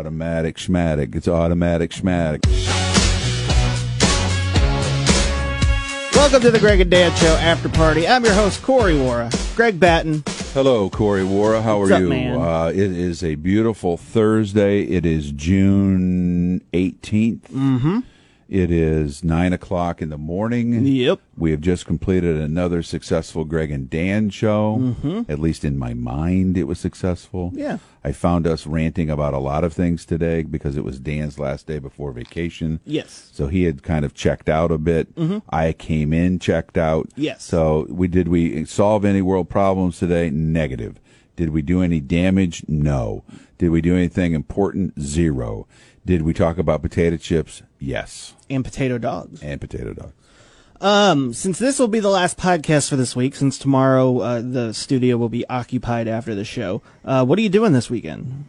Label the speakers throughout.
Speaker 1: Automatic schmatic. It's automatic schmatic.
Speaker 2: Welcome to the Greg and Dan Show After Party. I'm your host, Corey Wara. Greg Batten.
Speaker 1: Hello, Corey Wara. How
Speaker 2: What's
Speaker 1: are
Speaker 2: up,
Speaker 1: you?
Speaker 2: man?
Speaker 1: Uh, it is a beautiful Thursday. It is June 18th. Mm-hmm. It is 9 o'clock in the morning.
Speaker 2: Yep.
Speaker 1: We have just completed another successful Greg and Dan show. Mm-hmm. At least in my mind, it was successful.
Speaker 2: Yeah.
Speaker 1: I found us ranting about a lot of things today because it was Dan's last day before vacation.
Speaker 2: Yes.
Speaker 1: So he had kind of checked out a bit. I came in, checked out.
Speaker 2: Yes.
Speaker 1: So we did we solve any world problems today? Negative. Did we do any damage? No. Did we do anything important? Zero. Did we talk about potato chips? Yes.
Speaker 2: And Potato Dogs.
Speaker 1: And potato dogs.
Speaker 2: Um, since this will be the last podcast for this week, since tomorrow uh, the studio will be occupied after the show, uh, what are you doing this weekend?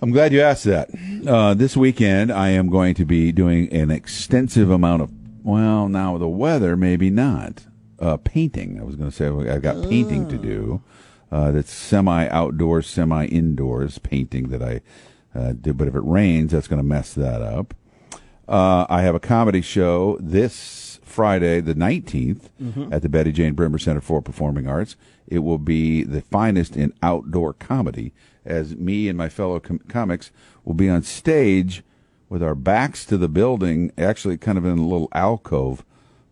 Speaker 1: I'm glad you asked that. Uh, this weekend, I am going to be doing an extensive amount of, well, now the weather, maybe not. Uh, painting. I was going to say, I've got painting to do. Uh, that's semi outdoor, semi indoors painting that I uh, do. But if it rains, that's going to mess that up. Uh, I have a comedy show this Friday, the 19th, at the Betty Jane Bremer Center for Performing Arts. It will be the finest in outdoor comedy, as me and my fellow com- comics will be on stage with our backs to the building, actually kind of in a little alcove,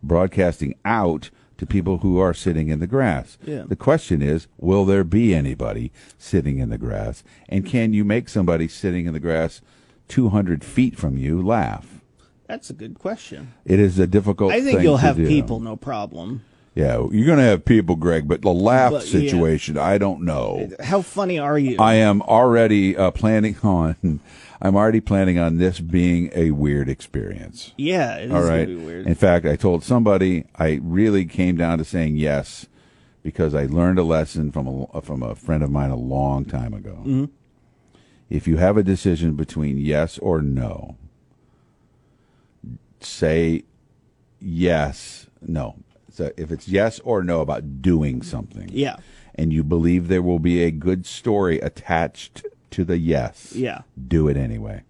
Speaker 1: broadcasting out to people who are sitting in the grass.
Speaker 2: Yeah.
Speaker 1: The question is, will there be anybody sitting in the grass? And can you make somebody sitting in the grass 200 feet from you laugh?
Speaker 2: That's a good question.
Speaker 1: It is a difficult.
Speaker 2: I think
Speaker 1: thing
Speaker 2: you'll
Speaker 1: to
Speaker 2: have
Speaker 1: do.
Speaker 2: people, no problem.
Speaker 1: Yeah, you're going to have people, Greg. But the laugh
Speaker 2: But, yeah.
Speaker 1: situation, I don't know.
Speaker 2: How funny are you?
Speaker 1: I am already uh, planning on. I'm already planning on this being a weird experience.
Speaker 2: yeah, it is
Speaker 1: All right.
Speaker 2: gonna be weird.
Speaker 1: In fact, I told somebody I really came down to saying yes because I learned a lesson from a from a friend of mine a long time ago.
Speaker 2: Mm-hmm.
Speaker 1: If you have a decision between yes or no, say yes, no. So if it's yes or no about doing something,
Speaker 2: Yeah.
Speaker 1: and you believe there will be a good story attached to the yes,
Speaker 2: Yeah.
Speaker 1: do it anyway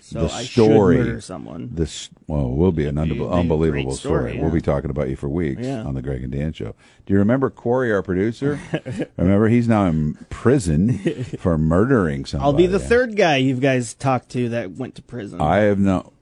Speaker 2: so
Speaker 1: the
Speaker 2: I
Speaker 1: story-
Speaker 2: should murder someone.
Speaker 1: this well it will be an
Speaker 2: be
Speaker 1: unbe-
Speaker 2: a
Speaker 1: unbelievable
Speaker 2: great
Speaker 1: story.
Speaker 2: story,
Speaker 1: We'll
Speaker 2: yeah.
Speaker 1: be talking about you for weeks
Speaker 2: Yeah.
Speaker 1: on the Greg and Dan show. Do you remember Corey, our producer? remember he's now in prison for murdering somebody.
Speaker 2: I'll be the third guy you guys talked to that went to prison.
Speaker 1: I have no.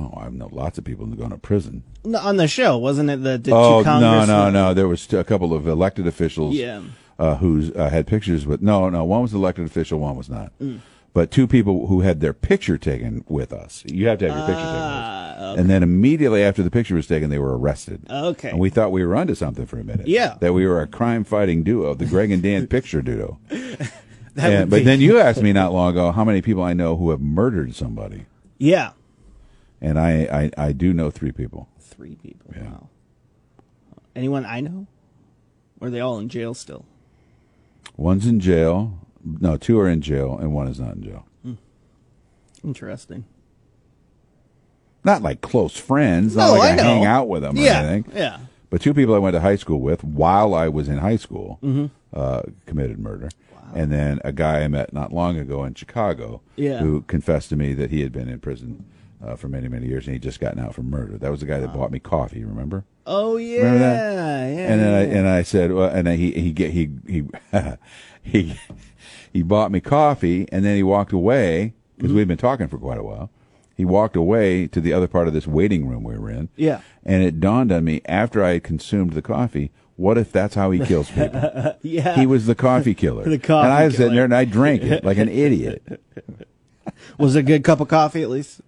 Speaker 1: Oh, I've known lots of people who've gone to prison.
Speaker 2: No, on the show, wasn't it? The did
Speaker 1: Oh no,
Speaker 2: you Congress
Speaker 1: no, no! There was a couple of elected officials
Speaker 2: Yeah.
Speaker 1: uh, who uh, had pictures with. No, no, one was an elected official, one was not.
Speaker 2: Mm.
Speaker 1: But two people who had their picture taken with us. You have to have your picture taken. With us.
Speaker 2: Ah,
Speaker 1: And then immediately after the picture was taken, they were arrested.
Speaker 2: Okay.
Speaker 1: And we thought we were onto something for a minute.
Speaker 2: Yeah.
Speaker 1: That we were a crime fighting duo, the Greg and Dan picture duo.
Speaker 2: that
Speaker 1: And-
Speaker 2: would
Speaker 1: but
Speaker 2: be-
Speaker 1: then you asked me not long ago how many people I know who have murdered somebody.
Speaker 2: yeah,
Speaker 1: And I, I, I do know three people.
Speaker 2: three people.
Speaker 1: Yeah.
Speaker 2: Wow. Anyone I know? Or are they all in jail still?
Speaker 1: One's in jail. No, two are in jail, and one is not in jail.
Speaker 2: Interesting.
Speaker 1: Not like close friends.
Speaker 2: No,
Speaker 1: Not like
Speaker 2: Oh, I know.
Speaker 1: hang out with them or
Speaker 2: yeah,
Speaker 1: anything.
Speaker 2: yeah.
Speaker 1: But two people I went to high school with while I was in high school
Speaker 2: Mm-hmm.
Speaker 1: uh, committed murder. And then a guy I met not long ago in Chicago
Speaker 2: Yeah.
Speaker 1: who confessed to me that he had been in prison uh, for many, many years and he just gotten out for murder. That was the guy that bought me coffee, remember?
Speaker 2: Oh yeah,
Speaker 1: Remember that?
Speaker 2: yeah.
Speaker 1: And uh, then I,
Speaker 2: yeah.
Speaker 1: and I said, well, and he, he, get- he, he, he, he bought me coffee and then he walked away
Speaker 2: Mm-hmm.
Speaker 1: because we'd been talking for quite a while. He walked away to the other part of this waiting room we were in.
Speaker 2: Yeah.
Speaker 1: And it dawned on me after I had consumed the coffee, what if that's how he kills people?
Speaker 2: yeah.
Speaker 1: he was the coffee killer.
Speaker 2: The coffee
Speaker 1: and I was sitting
Speaker 2: killer.
Speaker 1: there and I drank it like an idiot. It
Speaker 2: was it a good cup of coffee at least.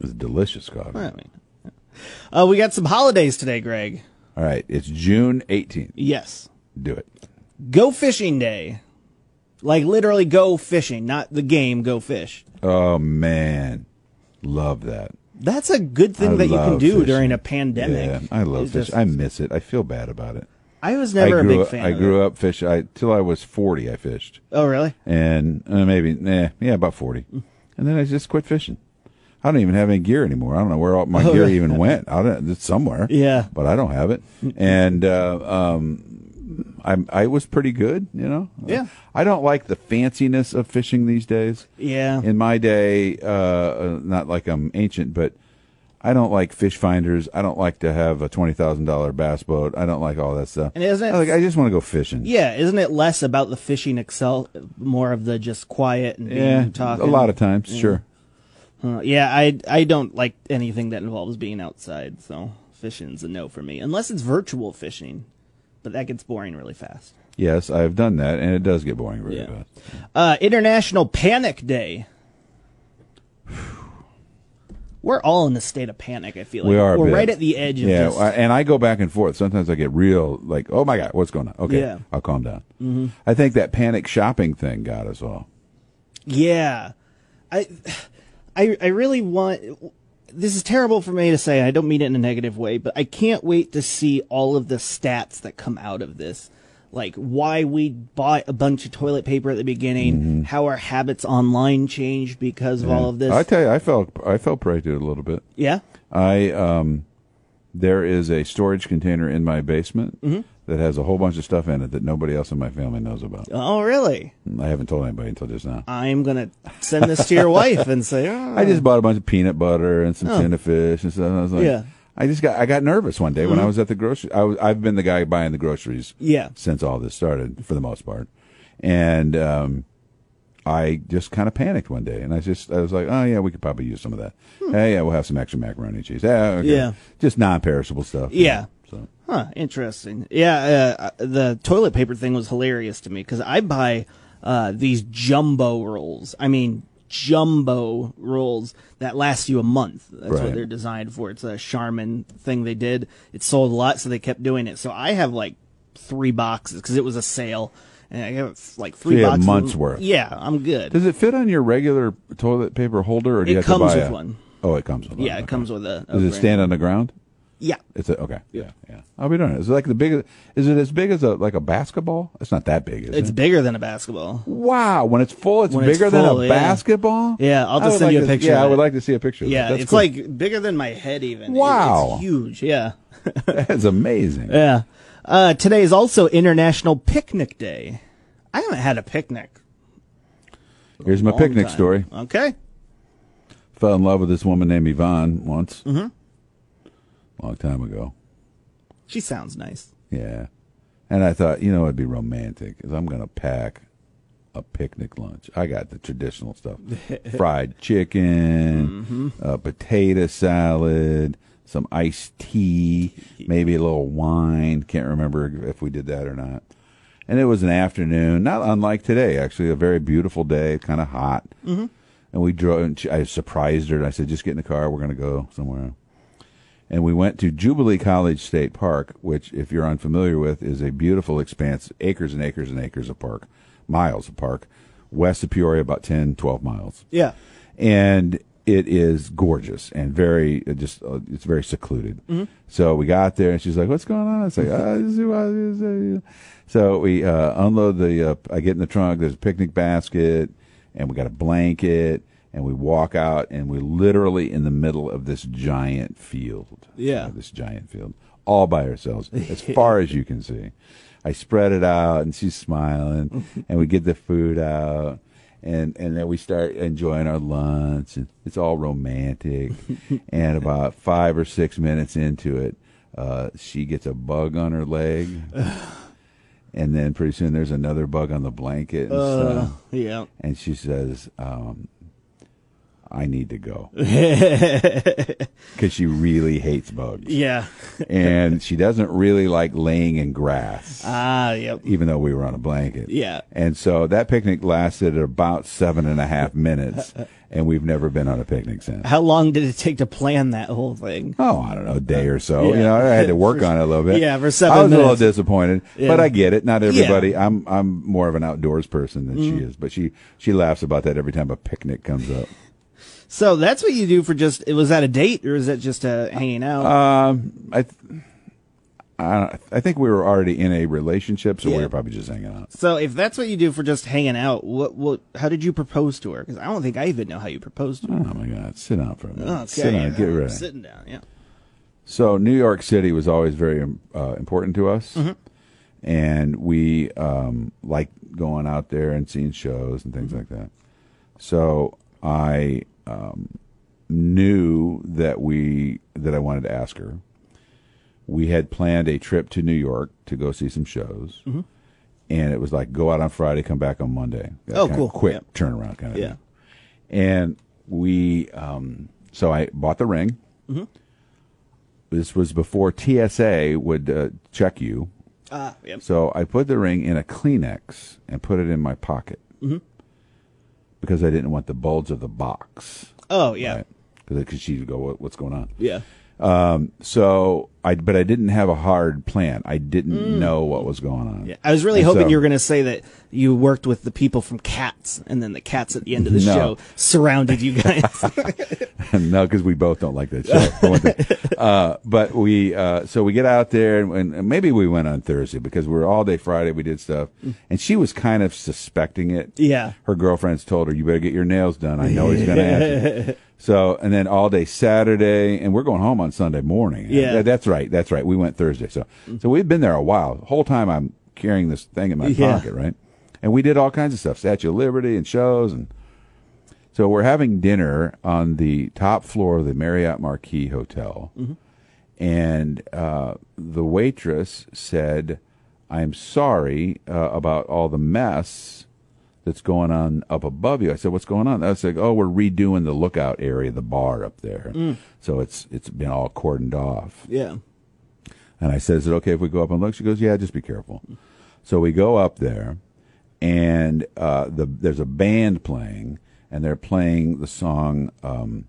Speaker 1: was delicious coffee.
Speaker 2: I mean, yeah. uh, we got some holidays today, Greg.
Speaker 1: All right. It's June 18th.
Speaker 2: Yes.
Speaker 1: Do it.
Speaker 2: Go fishing day. Like literally go fishing, not the game go fish.
Speaker 1: Oh, man. Love that.
Speaker 2: That's a good thing
Speaker 1: I
Speaker 2: that you can
Speaker 1: love
Speaker 2: do
Speaker 1: fishing.
Speaker 2: during a pandemic.
Speaker 1: Yeah, I love
Speaker 2: It's
Speaker 1: fish.
Speaker 2: just-
Speaker 1: I miss it. I feel bad about it.
Speaker 2: I was
Speaker 1: I
Speaker 2: never a
Speaker 1: grew
Speaker 2: big
Speaker 1: up,
Speaker 2: fan.
Speaker 1: I
Speaker 2: of
Speaker 1: grew
Speaker 2: it.
Speaker 1: up fish. I till I was forty. I fished,
Speaker 2: Oh, really?
Speaker 1: and uh, maybe eh, yeah, about forty,
Speaker 2: Mm.
Speaker 1: and then I just quit fishing. I don't even have any gear anymore. I don't know where all my
Speaker 2: Oh,
Speaker 1: gear
Speaker 2: really?
Speaker 1: even went. I don't. It's somewhere.
Speaker 2: Yeah.
Speaker 1: but I don't have it, and uh, um, I'm, I was pretty good, you know?
Speaker 2: Yeah.
Speaker 1: I don't like the fanciness of fishing these days.
Speaker 2: Yeah.
Speaker 1: In my day, uh, uh, not like I'm ancient, but I don't like fish finders. I don't like to have a $20,000 bass boat. I don't like all that stuff.
Speaker 2: And isn't it-
Speaker 1: I, like, I just want to go fishing.
Speaker 2: yeah, isn't it less about the fishing excel, more of the just quiet and being
Speaker 1: Yeah,
Speaker 2: talking?
Speaker 1: a lot of times, sure.
Speaker 2: Uh, yeah, I I don't like anything that involves being outside, so fishing's a no for me. Unless it's virtual fishing, but that gets boring really fast.
Speaker 1: Yes, I've done that, and it does get boring really
Speaker 2: Yeah.
Speaker 1: fast.
Speaker 2: Uh, International Panic Day. We're all in a state of panic. I feel like
Speaker 1: We are a
Speaker 2: We're
Speaker 1: bit.
Speaker 2: right at the edge of
Speaker 1: Yeah,
Speaker 2: just.
Speaker 1: I- and I go back and forth. Sometimes I get real like, "Oh my god, what's going on?" Okay,
Speaker 2: Yeah.
Speaker 1: I'll calm down. Mm-hmm. I think that panic shopping thing got us all.
Speaker 2: Yeah, I, I, I really want. This is terrible for me to say. and I don't mean it in a negative way, but I can't wait to see all of the stats that come out of this. Like why we bought a bunch of toilet paper at the beginning, how our habits online changed because of all of this.
Speaker 1: I tell you, I fell I fell prey to it a little bit.
Speaker 2: yeah,
Speaker 1: I um, there is a storage container in my basement
Speaker 2: Mm-hmm.
Speaker 1: that has a whole bunch of stuff in it that nobody else in my family knows about.
Speaker 2: Oh, really?
Speaker 1: I haven't told anybody until just now.
Speaker 2: I'm going to send this to your wife and say, oh.
Speaker 1: I just bought a bunch of peanut butter and some tuna fish and stuff. And I was like,
Speaker 2: Yeah. Mm-hmm.
Speaker 1: I just got I got nervous one day when I was at the grocery. I was, I've been the guy buying the groceries.
Speaker 2: Yeah.
Speaker 1: Since all this started, for the most part, and um, I just kind of panicked one day, and I just I was like, oh yeah, we could probably use some of that. Hey, yeah, we'll have some extra macaroni and cheese. Yeah, okay.
Speaker 2: Hmm. Yeah.
Speaker 1: Just non-perishable stuff.
Speaker 2: Yeah.
Speaker 1: So
Speaker 2: Huh, interesting. Yeah, uh, the toilet paper thing was hilarious to me because I buy uh, these jumbo rolls. I mean, jumbo rolls that last you a month. That's
Speaker 1: Right.
Speaker 2: what they're designed for. It's a Charmin thing they did. It sold a lot, so they kept doing it. So I have like three boxes because it was a sale. And I have like three
Speaker 1: you have
Speaker 2: boxes. of
Speaker 1: months
Speaker 2: them.
Speaker 1: worth.
Speaker 2: Yeah, I'm good.
Speaker 1: does it fit on your regular toilet paper holder, or do
Speaker 2: It
Speaker 1: you have
Speaker 2: comes
Speaker 1: to buy
Speaker 2: with
Speaker 1: a-
Speaker 2: one.
Speaker 1: Oh, it comes with one.
Speaker 2: yeah, it
Speaker 1: okay.
Speaker 2: comes with a. a
Speaker 1: Does
Speaker 2: brand.
Speaker 1: it stand on the ground?
Speaker 2: Yeah.
Speaker 1: It's a, okay. Yeah, yeah. I'll be doing it. It's like the big. Is it as big as a like a basketball? It's not that big, is
Speaker 2: It's
Speaker 1: it?
Speaker 2: bigger than a basketball.
Speaker 1: Wow, when it's full, it's
Speaker 2: When it's
Speaker 1: bigger
Speaker 2: full,
Speaker 1: than a
Speaker 2: yeah.
Speaker 1: basketball.
Speaker 2: Yeah, I'll
Speaker 1: I
Speaker 2: just
Speaker 1: would
Speaker 2: send you
Speaker 1: like
Speaker 2: a
Speaker 1: to-
Speaker 2: picture
Speaker 1: Yeah,
Speaker 2: of
Speaker 1: I would
Speaker 2: it.
Speaker 1: like to see a picture. of
Speaker 2: Yeah,
Speaker 1: that. That's
Speaker 2: it's
Speaker 1: cool.
Speaker 2: like bigger than my head even. It-
Speaker 1: Wow.
Speaker 2: it's huge. Yeah,
Speaker 1: that's amazing.
Speaker 2: yeah. Uh, today is also International Picnic Day. I haven't had a picnic.
Speaker 1: Here's my
Speaker 2: in a long
Speaker 1: picnic
Speaker 2: time.
Speaker 1: story.
Speaker 2: Okay.
Speaker 1: Fell in love with this woman named Yvonne once, mm-hmm. long time ago.
Speaker 2: She sounds nice.
Speaker 1: Yeah, and I thought, you know, it'd be romantic. Is I'm gonna pack a picnic lunch. I got the traditional stuff: fried chicken, a potato salad, some iced tea, maybe a little wine. Can't remember if we did that or not. And it was an afternoon, not unlike today, actually, a very beautiful day, kind of hot. Mm-hmm. And we drove. And she, I surprised her. And I said, "Just get in the car. We're gonna go somewhere." and we went to Jubilee College State Park, which, if you're unfamiliar with, is a beautiful expanse, acres and acres and acres of park, miles of park, west of Peoria, about 10, 12 miles.
Speaker 2: Yeah.
Speaker 1: And it is gorgeous and very, it just, uh, it's very secluded. So we got there and she's like, what's going on? I was like, "Ah, this is what this is." so we uh, unload the, uh, I get in the trunk, there's a picnic basket and we got a blanket and we walk out and we're literally in the middle of this giant field
Speaker 2: Yeah.
Speaker 1: this giant field all by ourselves as far as you can see. I spread it out and she's smiling and we get the food out and and then we start enjoying our lunch and it's all romantic and about 5 or 6 minutes into it uh, she gets a bug on her leg and then pretty soon there's another bug on the blanket and
Speaker 2: Uh,
Speaker 1: stuff
Speaker 2: yeah.
Speaker 1: and she says um, I need to go because she really hates bugs
Speaker 2: Yeah.
Speaker 1: and she doesn't really like laying in grass,
Speaker 2: Ah. yep.
Speaker 1: even though we were on a blanket.
Speaker 2: Yeah.
Speaker 1: And so that picnic lasted about seven and a half minutes, and we've never been on a picnic since.
Speaker 2: How long did it take to plan that whole thing?
Speaker 1: Oh, I don't know, a day or so.
Speaker 2: Yeah.
Speaker 1: You know, I had to work on it a little bit.
Speaker 2: yeah, for seven
Speaker 1: I was a
Speaker 2: minutes.
Speaker 1: little disappointed,
Speaker 2: Yeah.
Speaker 1: but I get it. Not
Speaker 2: Yeah. Mm-hmm.
Speaker 1: everybody. I'm I'm more of an outdoors person than she is, but she she laughs about that every time a picnic comes up.
Speaker 2: So that's what you do for just. It was that a date or is that just a hanging out?
Speaker 1: Um, I. Th- I, don't- I think we were already in a relationship, so we
Speaker 2: Yeah.
Speaker 1: were probably just hanging out.
Speaker 2: so if that's what you do for just hanging out, what? What? How did you propose to her? Because I don't think I even know how you proposed to her.
Speaker 1: Oh my God! Sit down for a minute.
Speaker 2: Okay.
Speaker 1: Sit down. Get
Speaker 2: I'm
Speaker 1: ready.
Speaker 2: Sitting down. Yeah. Mm-hmm.
Speaker 1: So New York City was always very um, uh, important to us, and we um, like going out there and seeing shows and things
Speaker 2: Mm-hmm.
Speaker 1: like that. So I um, knew that we that I wanted to ask her. We had planned a trip to New York to go see some shows,
Speaker 2: Mm-hmm.
Speaker 1: and it was like go out on Friday, come back on Monday. That
Speaker 2: Oh,
Speaker 1: kind of
Speaker 2: cool.
Speaker 1: Quick
Speaker 2: Yeah.
Speaker 1: turnaround kind of
Speaker 2: Yeah.
Speaker 1: thing. And we, um, so I bought the ring.
Speaker 2: Mm-hmm.
Speaker 1: This was before TSA would uh, check you.
Speaker 2: Ah, yep.
Speaker 1: So I put the ring in a Kleenex and put it in my pocket
Speaker 2: Mm-hmm.
Speaker 1: because I didn't want the bulge of the box.
Speaker 2: Oh, yeah.
Speaker 1: Because she'd go, what, what's going on? Um,
Speaker 2: Yeah.
Speaker 1: So I, but I didn't have a hard plan. I didn't know what was going on.
Speaker 2: Mm. Yeah. I was really
Speaker 1: And
Speaker 2: hoping
Speaker 1: so-
Speaker 2: you were going to say that you worked with the people from Cats, and then the cats at the end of the
Speaker 1: No.
Speaker 2: show surrounded you guys.
Speaker 1: no, because we both don't like that show. for one thing. uh, but we, uh, so we get out there, and, and maybe we went on Thursday because we were all day Friday. We did stuff, and she was kind of suspecting it.
Speaker 2: Mm. Yeah.
Speaker 1: her girlfriends told her, "You better get your nails done. I know he's going to ask." You. So, and then all day Saturday, and we're going home on Sunday morning.
Speaker 2: Yeah. Mm.
Speaker 1: That- that's right, that's right. We went Thursday, so so we've been there a while. The whole time I'm carrying this thing in my
Speaker 2: Yeah.
Speaker 1: pocket, right? And we did all kinds of stuff, Statue of Liberty and shows and. So we're having dinner on the top floor of the Marriott Marquis Hotel, and uh, the waitress said, "I'm sorry uh, about all the mess that's going on up above you." I said, "What's going on?" I was like, "Oh, we're redoing the lookout area, the bar up there, so it's it's been all cordoned off."
Speaker 2: yeah.
Speaker 1: And I said, Is it okay if we go up and look? She goes, Yeah, just be careful. So we go up there, and uh, the, there's a band playing, and they're playing the song um,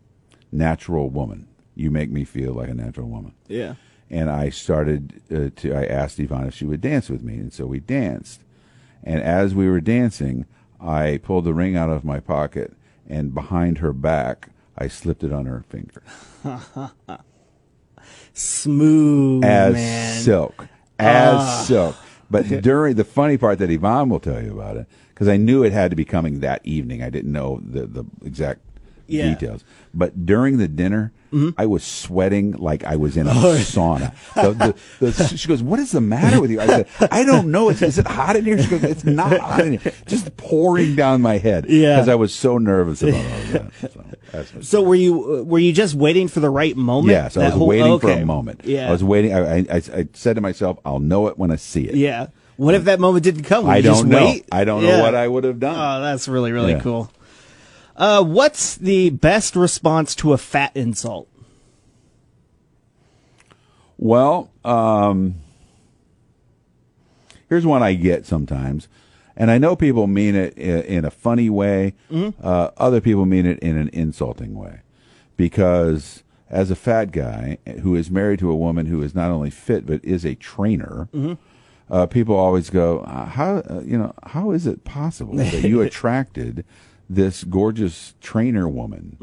Speaker 1: Natural Woman. You Make Me Feel Like a Natural Woman.
Speaker 2: Yeah.
Speaker 1: And I started uh, to, I asked Yvonne if she would dance with me, and so we danced. And as we were dancing, I pulled the ring out of my pocket, and behind her back, I slipped it on her finger.
Speaker 2: Smooth
Speaker 1: as
Speaker 2: man. Ah.
Speaker 1: silk, as silk. But during the funny part that Yvonne will tell you about it, because I knew it had to be coming that evening. I didn't know the the exact
Speaker 2: Yeah. Mm-hmm.
Speaker 1: details. But during the dinner, I was sweating like I was in a sauna. The- the- the- she goes, "What is the matter with you?" I said, "I don't know. It's, is it hot in here?" She goes, "It's not hot in here. Just pouring down my head."
Speaker 2: Yeah.
Speaker 1: because I was so nervous about all of that. So, that's what-
Speaker 2: So were you uh, were you just waiting for the right moment?
Speaker 1: Yes, I
Speaker 2: That
Speaker 1: was
Speaker 2: whole-
Speaker 1: waiting for
Speaker 2: okay.
Speaker 1: a moment.
Speaker 2: Yeah.
Speaker 1: I was waiting. I, I, I I said to myself, "I'll know it when I see it."
Speaker 2: yeah. What if that moment didn't come? Would
Speaker 1: I
Speaker 2: you just
Speaker 1: don't know.
Speaker 2: wait?
Speaker 1: I don't
Speaker 2: Yeah.
Speaker 1: know what I would have done.
Speaker 2: Oh, that's really really
Speaker 1: Yeah.
Speaker 2: cool. Uh, what's the best response to a fat insult?
Speaker 1: well, um, here's one I get sometimes, and I know people mean it in, in a funny way. Uh, other people mean it in an insulting way, because as a fat guy who is married to a woman who is not only fit but is a trainer. uh, people always go, uh, how uh, you know how is it possible that you attracted this gorgeous trainer woman?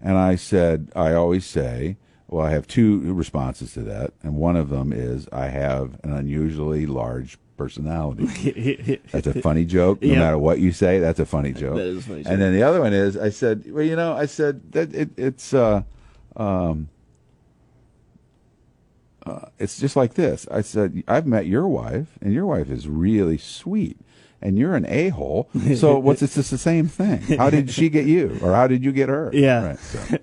Speaker 1: And I said, I always say, well, I have two responses to that, and one of them is I have an unusually large personality. that's a funny joke. No
Speaker 2: Yeah.
Speaker 1: matter what you say, that's a funny joke.
Speaker 2: That is a funny joke.
Speaker 1: And then the other one is I said, well, you know, I said that it, it's. Uh, uh, it's just like this. I said, I've met your wife, and your wife is really sweet, and you're an a hole. So what's it's just the same thing. How did she get you, or how did you get her?
Speaker 2: Yeah.
Speaker 1: Right, so,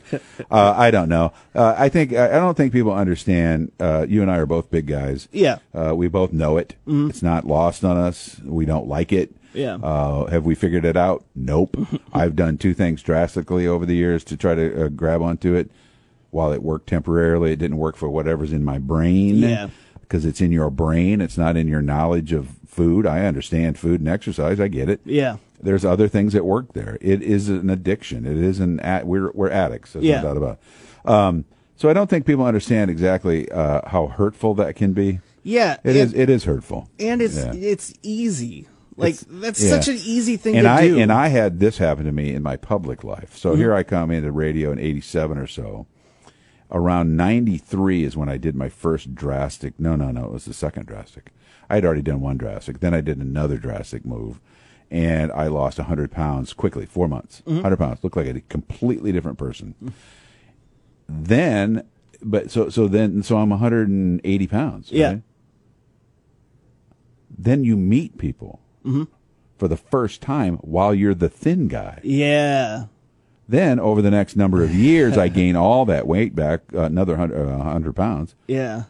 Speaker 1: uh, I don't know. Uh, I think I I don't think people understand. Uh, you and I are both big guys.
Speaker 2: Yeah.
Speaker 1: Uh, we both know it. It's not lost on us. We don't like it.
Speaker 2: Mm-hmm. Yeah.
Speaker 1: Uh, have we figured it out? Nope. I've done two things drastically over the years to try to uh, grab onto it. While it worked temporarily, it didn't work for whatever's in my brain.
Speaker 2: Yeah.
Speaker 1: Because it's in your brain. It's not in your knowledge of food. I understand food and exercise. I get it.
Speaker 2: Yeah.
Speaker 1: There's other things at work there. It is an addiction. It is an at, we're we're addicts. There's
Speaker 2: Yeah.
Speaker 1: no doubt about. It. Um, so I don't think people understand exactly uh, how hurtful that can be.
Speaker 2: Yeah.
Speaker 1: It
Speaker 2: and,
Speaker 1: is. It is hurtful.
Speaker 2: and it's
Speaker 1: Yeah.
Speaker 2: it's easy. Like that's
Speaker 1: yeah.
Speaker 2: such an easy thing
Speaker 1: and
Speaker 2: to
Speaker 1: I
Speaker 2: do. Mm-hmm.
Speaker 1: and I had this happen to me in my public life. So here I come into radio in '87 or so. Around '93 is when I did my first drastic. No, no, no. It was the second drastic. I had already done one drastic. Then I did another drastic move, and I lost 100 pounds quickly. Four months, 100 pounds. Looked like a completely different person. Then, but so so then so I'm 180 pounds.
Speaker 2: Yeah.
Speaker 1: right? Then you meet people for the first time while you're the thin guy.
Speaker 2: Yeah.
Speaker 1: Then over the next number of years, I gain all that weight back, uh, another hundred, uh, 100 pounds.
Speaker 2: Yeah.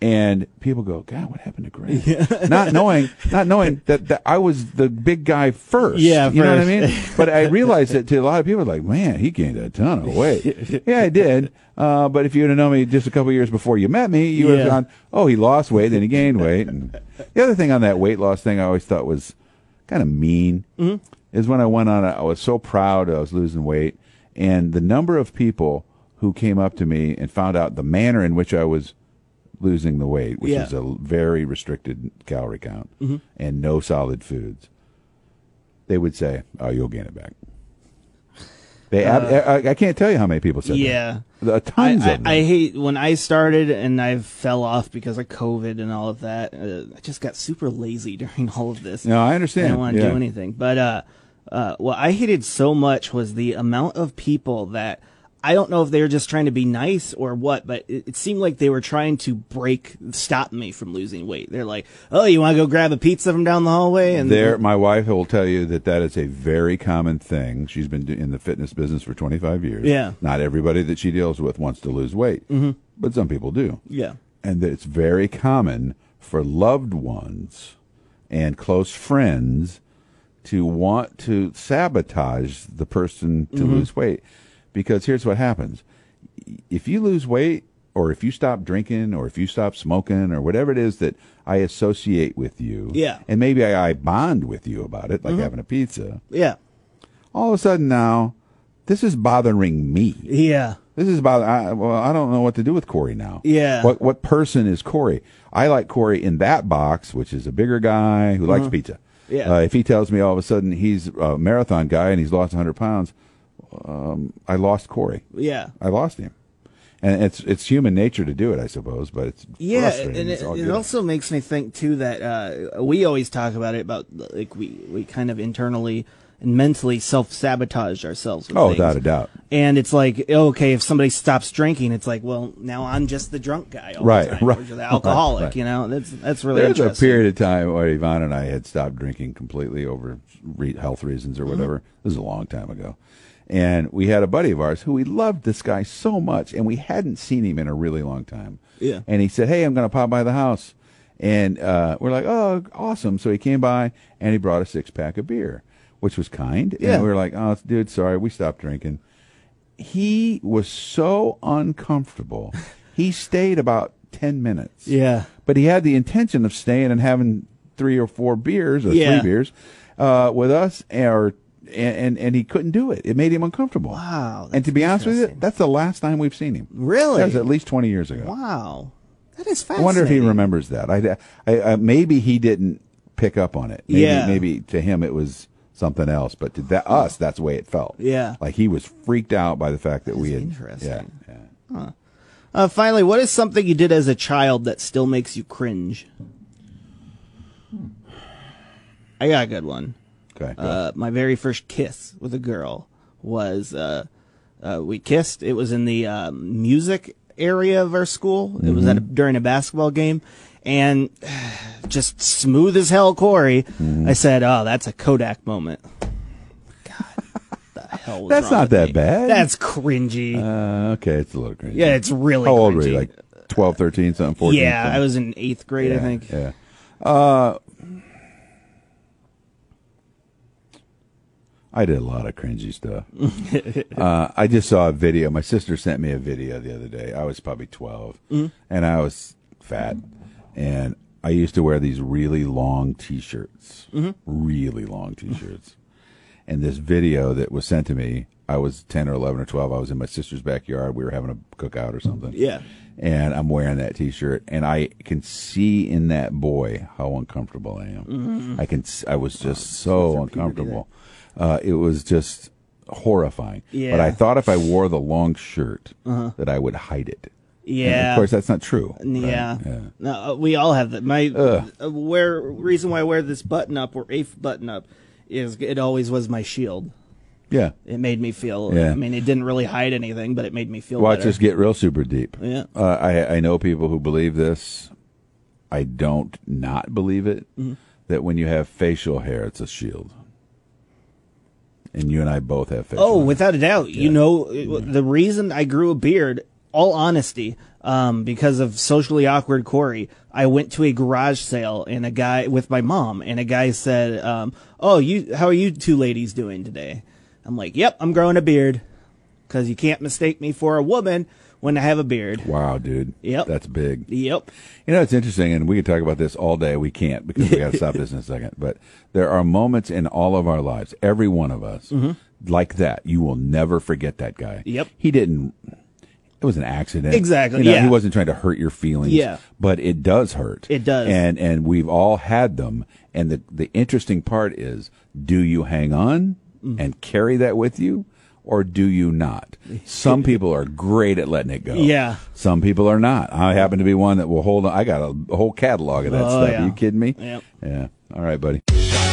Speaker 1: and people go, God, what happened to Grant? not knowing, not knowing that, that I was the big guy first.
Speaker 2: Yeah,
Speaker 1: you know what I
Speaker 2: first.
Speaker 1: mean. But I realized that to a lot of people, like, man, he gained a ton of weight. yeah, I did. Uh, but if you would have known me just a couple years before you met me, you would have
Speaker 2: Yeah.
Speaker 1: gone, oh, he lost weight, then he gained weight. And the other thing on that weight loss thing, I always thought was kind of mean.
Speaker 2: Mm-hmm.
Speaker 1: Is when I went on, a, I was so proud I was losing weight, and the number of people who came up to me and found out the manner in which I was losing the weight, which
Speaker 2: Yeah. Mm-hmm.
Speaker 1: is a l- very restricted calorie count and no solid foods, they would say, "Oh, you'll gain it back." They, ab- I, I can't tell you how many people said
Speaker 2: Uh, Yeah.
Speaker 1: that. Yeah, tons
Speaker 2: I,
Speaker 1: of them.
Speaker 2: I, I hate when I started and I fell off because of COVID and all of that. Uh, I just got super lazy during all of this.
Speaker 1: no, I
Speaker 2: I
Speaker 1: understand.
Speaker 2: didn't want to
Speaker 1: Yeah.
Speaker 2: do anything. But uh, uh, what I hated so much was the amount of people that I don't know if they were just trying to be nice or what, but it, it seemed like they were trying to break, stop me from losing weight. They're like, "Oh, you want to go grab a pizza from down the hallway?" And
Speaker 1: There, my wife will tell you that that is a very common thing. She's been do- in the fitness business for 25 years.
Speaker 2: Yeah. Mm-hmm.
Speaker 1: Not everybody that she deals with wants to lose weight, but some people do.
Speaker 2: yeah,
Speaker 1: and that it's very common for loved ones and close friends to want to sabotage the person to lose weight because here's what happens if you lose weight or if you stop drinking or if you stop smoking or whatever it is that i associate with you
Speaker 2: Yeah.
Speaker 1: and maybe i, I bond with you about it like having a pizza
Speaker 2: yeah,
Speaker 1: all of a sudden now this is bothering me
Speaker 2: yeah,
Speaker 1: this is about. I, well, I don't know what to do with Corey now.
Speaker 2: Yeah.
Speaker 1: What what person is Corey? I like Corey in that box, which is a bigger guy who likes pizza.
Speaker 2: Uh-huh. Yeah.
Speaker 1: Uh, if he tells me all of a sudden he's a marathon guy and he's lost 100 pounds, um, I lost Corey.
Speaker 2: yeah.
Speaker 1: I lost him. And it's it's human nature to do it, I suppose, but it's
Speaker 2: Yeah,
Speaker 1: frustrating.
Speaker 2: and it,
Speaker 1: It's all
Speaker 2: it
Speaker 1: good.
Speaker 2: also makes me think too that uh, we always talk about it about like we we kind of internally and mentally self sabotage ourselves. With
Speaker 1: oh,
Speaker 2: things.
Speaker 1: without a doubt.
Speaker 2: And it's like oh, okay, if somebody stops drinking, it's like well now I'm just the drunk guy, all
Speaker 1: Right,
Speaker 2: The time,
Speaker 1: right,
Speaker 2: or the alcoholic,
Speaker 1: right, right.
Speaker 2: you know. That's that's really
Speaker 1: There was a
Speaker 2: interesting.
Speaker 1: period of time where Yvonne and I had stopped drinking completely over re- health reasons
Speaker 2: Mm-hmm.
Speaker 1: or whatever. This is a long time ago. And we had a buddy of ours who we loved this guy so much, and we hadn't seen him in a really long time.
Speaker 2: Yeah.
Speaker 1: And he said, Hey, I'm going to pop by the house. And uh, we're like, Oh, awesome. So he came by and he brought a six pack of beer, which was kind.
Speaker 2: Yeah.
Speaker 1: And we were like, Oh, dude, sorry. We stopped drinking he was so uncomfortable. he stayed about 10 minutes.
Speaker 2: Yeah.
Speaker 1: But he had the intention of staying and having three or four beers or
Speaker 2: Yeah.
Speaker 1: three beers uh, with us or and, and and he couldn't do it. It made him uncomfortable.
Speaker 2: Wow, that's
Speaker 1: And to be honest with you,
Speaker 2: interesting.
Speaker 1: that's the last time we've seen him.
Speaker 2: Really?
Speaker 1: That was at least 20 years ago.
Speaker 2: Wow, that is
Speaker 1: I
Speaker 2: fascinating.
Speaker 1: wonder if he remembers that. I, I, I maybe he didn't pick up on it. Maybe,
Speaker 2: Yeah.
Speaker 1: maybe to him it was something else, but to that, us, that's the way it felt.
Speaker 2: Yeah.
Speaker 1: like he was freaked out by the fact that we
Speaker 2: is
Speaker 1: had.
Speaker 2: interesting.
Speaker 1: Yeah, yeah.
Speaker 2: Uh, finally, what is something you did as a child that still makes you cringe? I got a good one.
Speaker 1: Okay. go.
Speaker 2: uh, my very first kiss with a girl was uh, uh, we kissed. It was in the um, music area of our school. It was
Speaker 1: Mm-hmm.
Speaker 2: at a, during a basketball game, and just smooth as hell, Corey.
Speaker 1: Mm-hmm.
Speaker 2: I said, "Oh, that's a Kodak moment." God, the hell. Was
Speaker 1: That's
Speaker 2: wrong
Speaker 1: not
Speaker 2: with
Speaker 1: that
Speaker 2: me?
Speaker 1: bad.
Speaker 2: That's cringy.
Speaker 1: Uh, okay, it's a little crazy.
Speaker 2: yeah, it's really.
Speaker 1: How old were
Speaker 2: cringy.
Speaker 1: you? Like 12, 13, something, 14?
Speaker 2: yeah,
Speaker 1: something?
Speaker 2: I was in eighth grade, I
Speaker 1: Yeah,
Speaker 2: think.
Speaker 1: Yeah. Uh, I did a lot of cringy stuff. uh, I just saw a video. My sister sent me a video the other day. I was probably 12, and I was fat. And I used to wear these really long t shirts, really long t shirts. and this video that was sent to me, I was 10 or 11 or 12. I was in my sister's backyard. We were having a cookout or something
Speaker 2: Yeah.
Speaker 1: and I'm wearing that T-shirt, and I can see in that boy how uncomfortable I am. I can. s- I was just so uncomfortable. Uh, it was just horrifying. But I
Speaker 2: Yeah. Uh-huh.
Speaker 1: thought if I wore the long shirt, that I would hide it. And
Speaker 2: Yeah.
Speaker 1: of course, that's not true. right?
Speaker 2: Yeah. No, uh, we all have that. My uh, where reason why I wear this button up or eighth button up is it always was my shield.
Speaker 1: Yeah.
Speaker 2: It made me feel.
Speaker 1: Yeah.
Speaker 2: I mean, it didn't really hide anything, but it made me feel.
Speaker 1: Watch
Speaker 2: better.
Speaker 1: us get real super deep.
Speaker 2: Yeah.
Speaker 1: Uh, I I know people who believe this. I I don't not believe it.
Speaker 2: Mm-hmm.
Speaker 1: That when you have facial hair, it's a shield. And you and I both have facial.
Speaker 2: Oh,
Speaker 1: hair.
Speaker 2: without a doubt. You know, it- the reason I grew a beard, all honesty, um, because of socially awkward Corey, I went to a garage sale and a guy with my mom and a guy said, um, "Oh, you, how are you two ladies doing today?" I'm like, "Yep, I'm growing a beard, because you can't mistake me for a woman when I have a beard."
Speaker 1: wow, dude.
Speaker 2: Yep.
Speaker 1: That's big.
Speaker 2: Yep.
Speaker 1: You know, it's interesting, and we could talk about this all day. We can't because we got to stop this in a second. But there are moments in all of our lives, every one of us, like that. You will never forget that guy.
Speaker 2: Mm-hmm. Yep.
Speaker 1: He didn't. It was an accident.
Speaker 2: Exactly,
Speaker 1: You know,
Speaker 2: yeah.
Speaker 1: He wasn't trying to hurt your feelings.
Speaker 2: Yeah.
Speaker 1: But it does hurt.
Speaker 2: It does.
Speaker 1: And and we've all had them. And the the interesting part is, do you hang on
Speaker 2: Mm-hmm.
Speaker 1: and carry that with you? Or do you not? Some people are great at letting it go.
Speaker 2: Yeah.
Speaker 1: Some people are not. I happen to be one that will hold on. I got a whole catalog of that
Speaker 2: Oh,
Speaker 1: stuff.
Speaker 2: yeah.
Speaker 1: Are you kidding me?
Speaker 2: Yep.
Speaker 1: Yeah. All right, buddy.
Speaker 3: Shut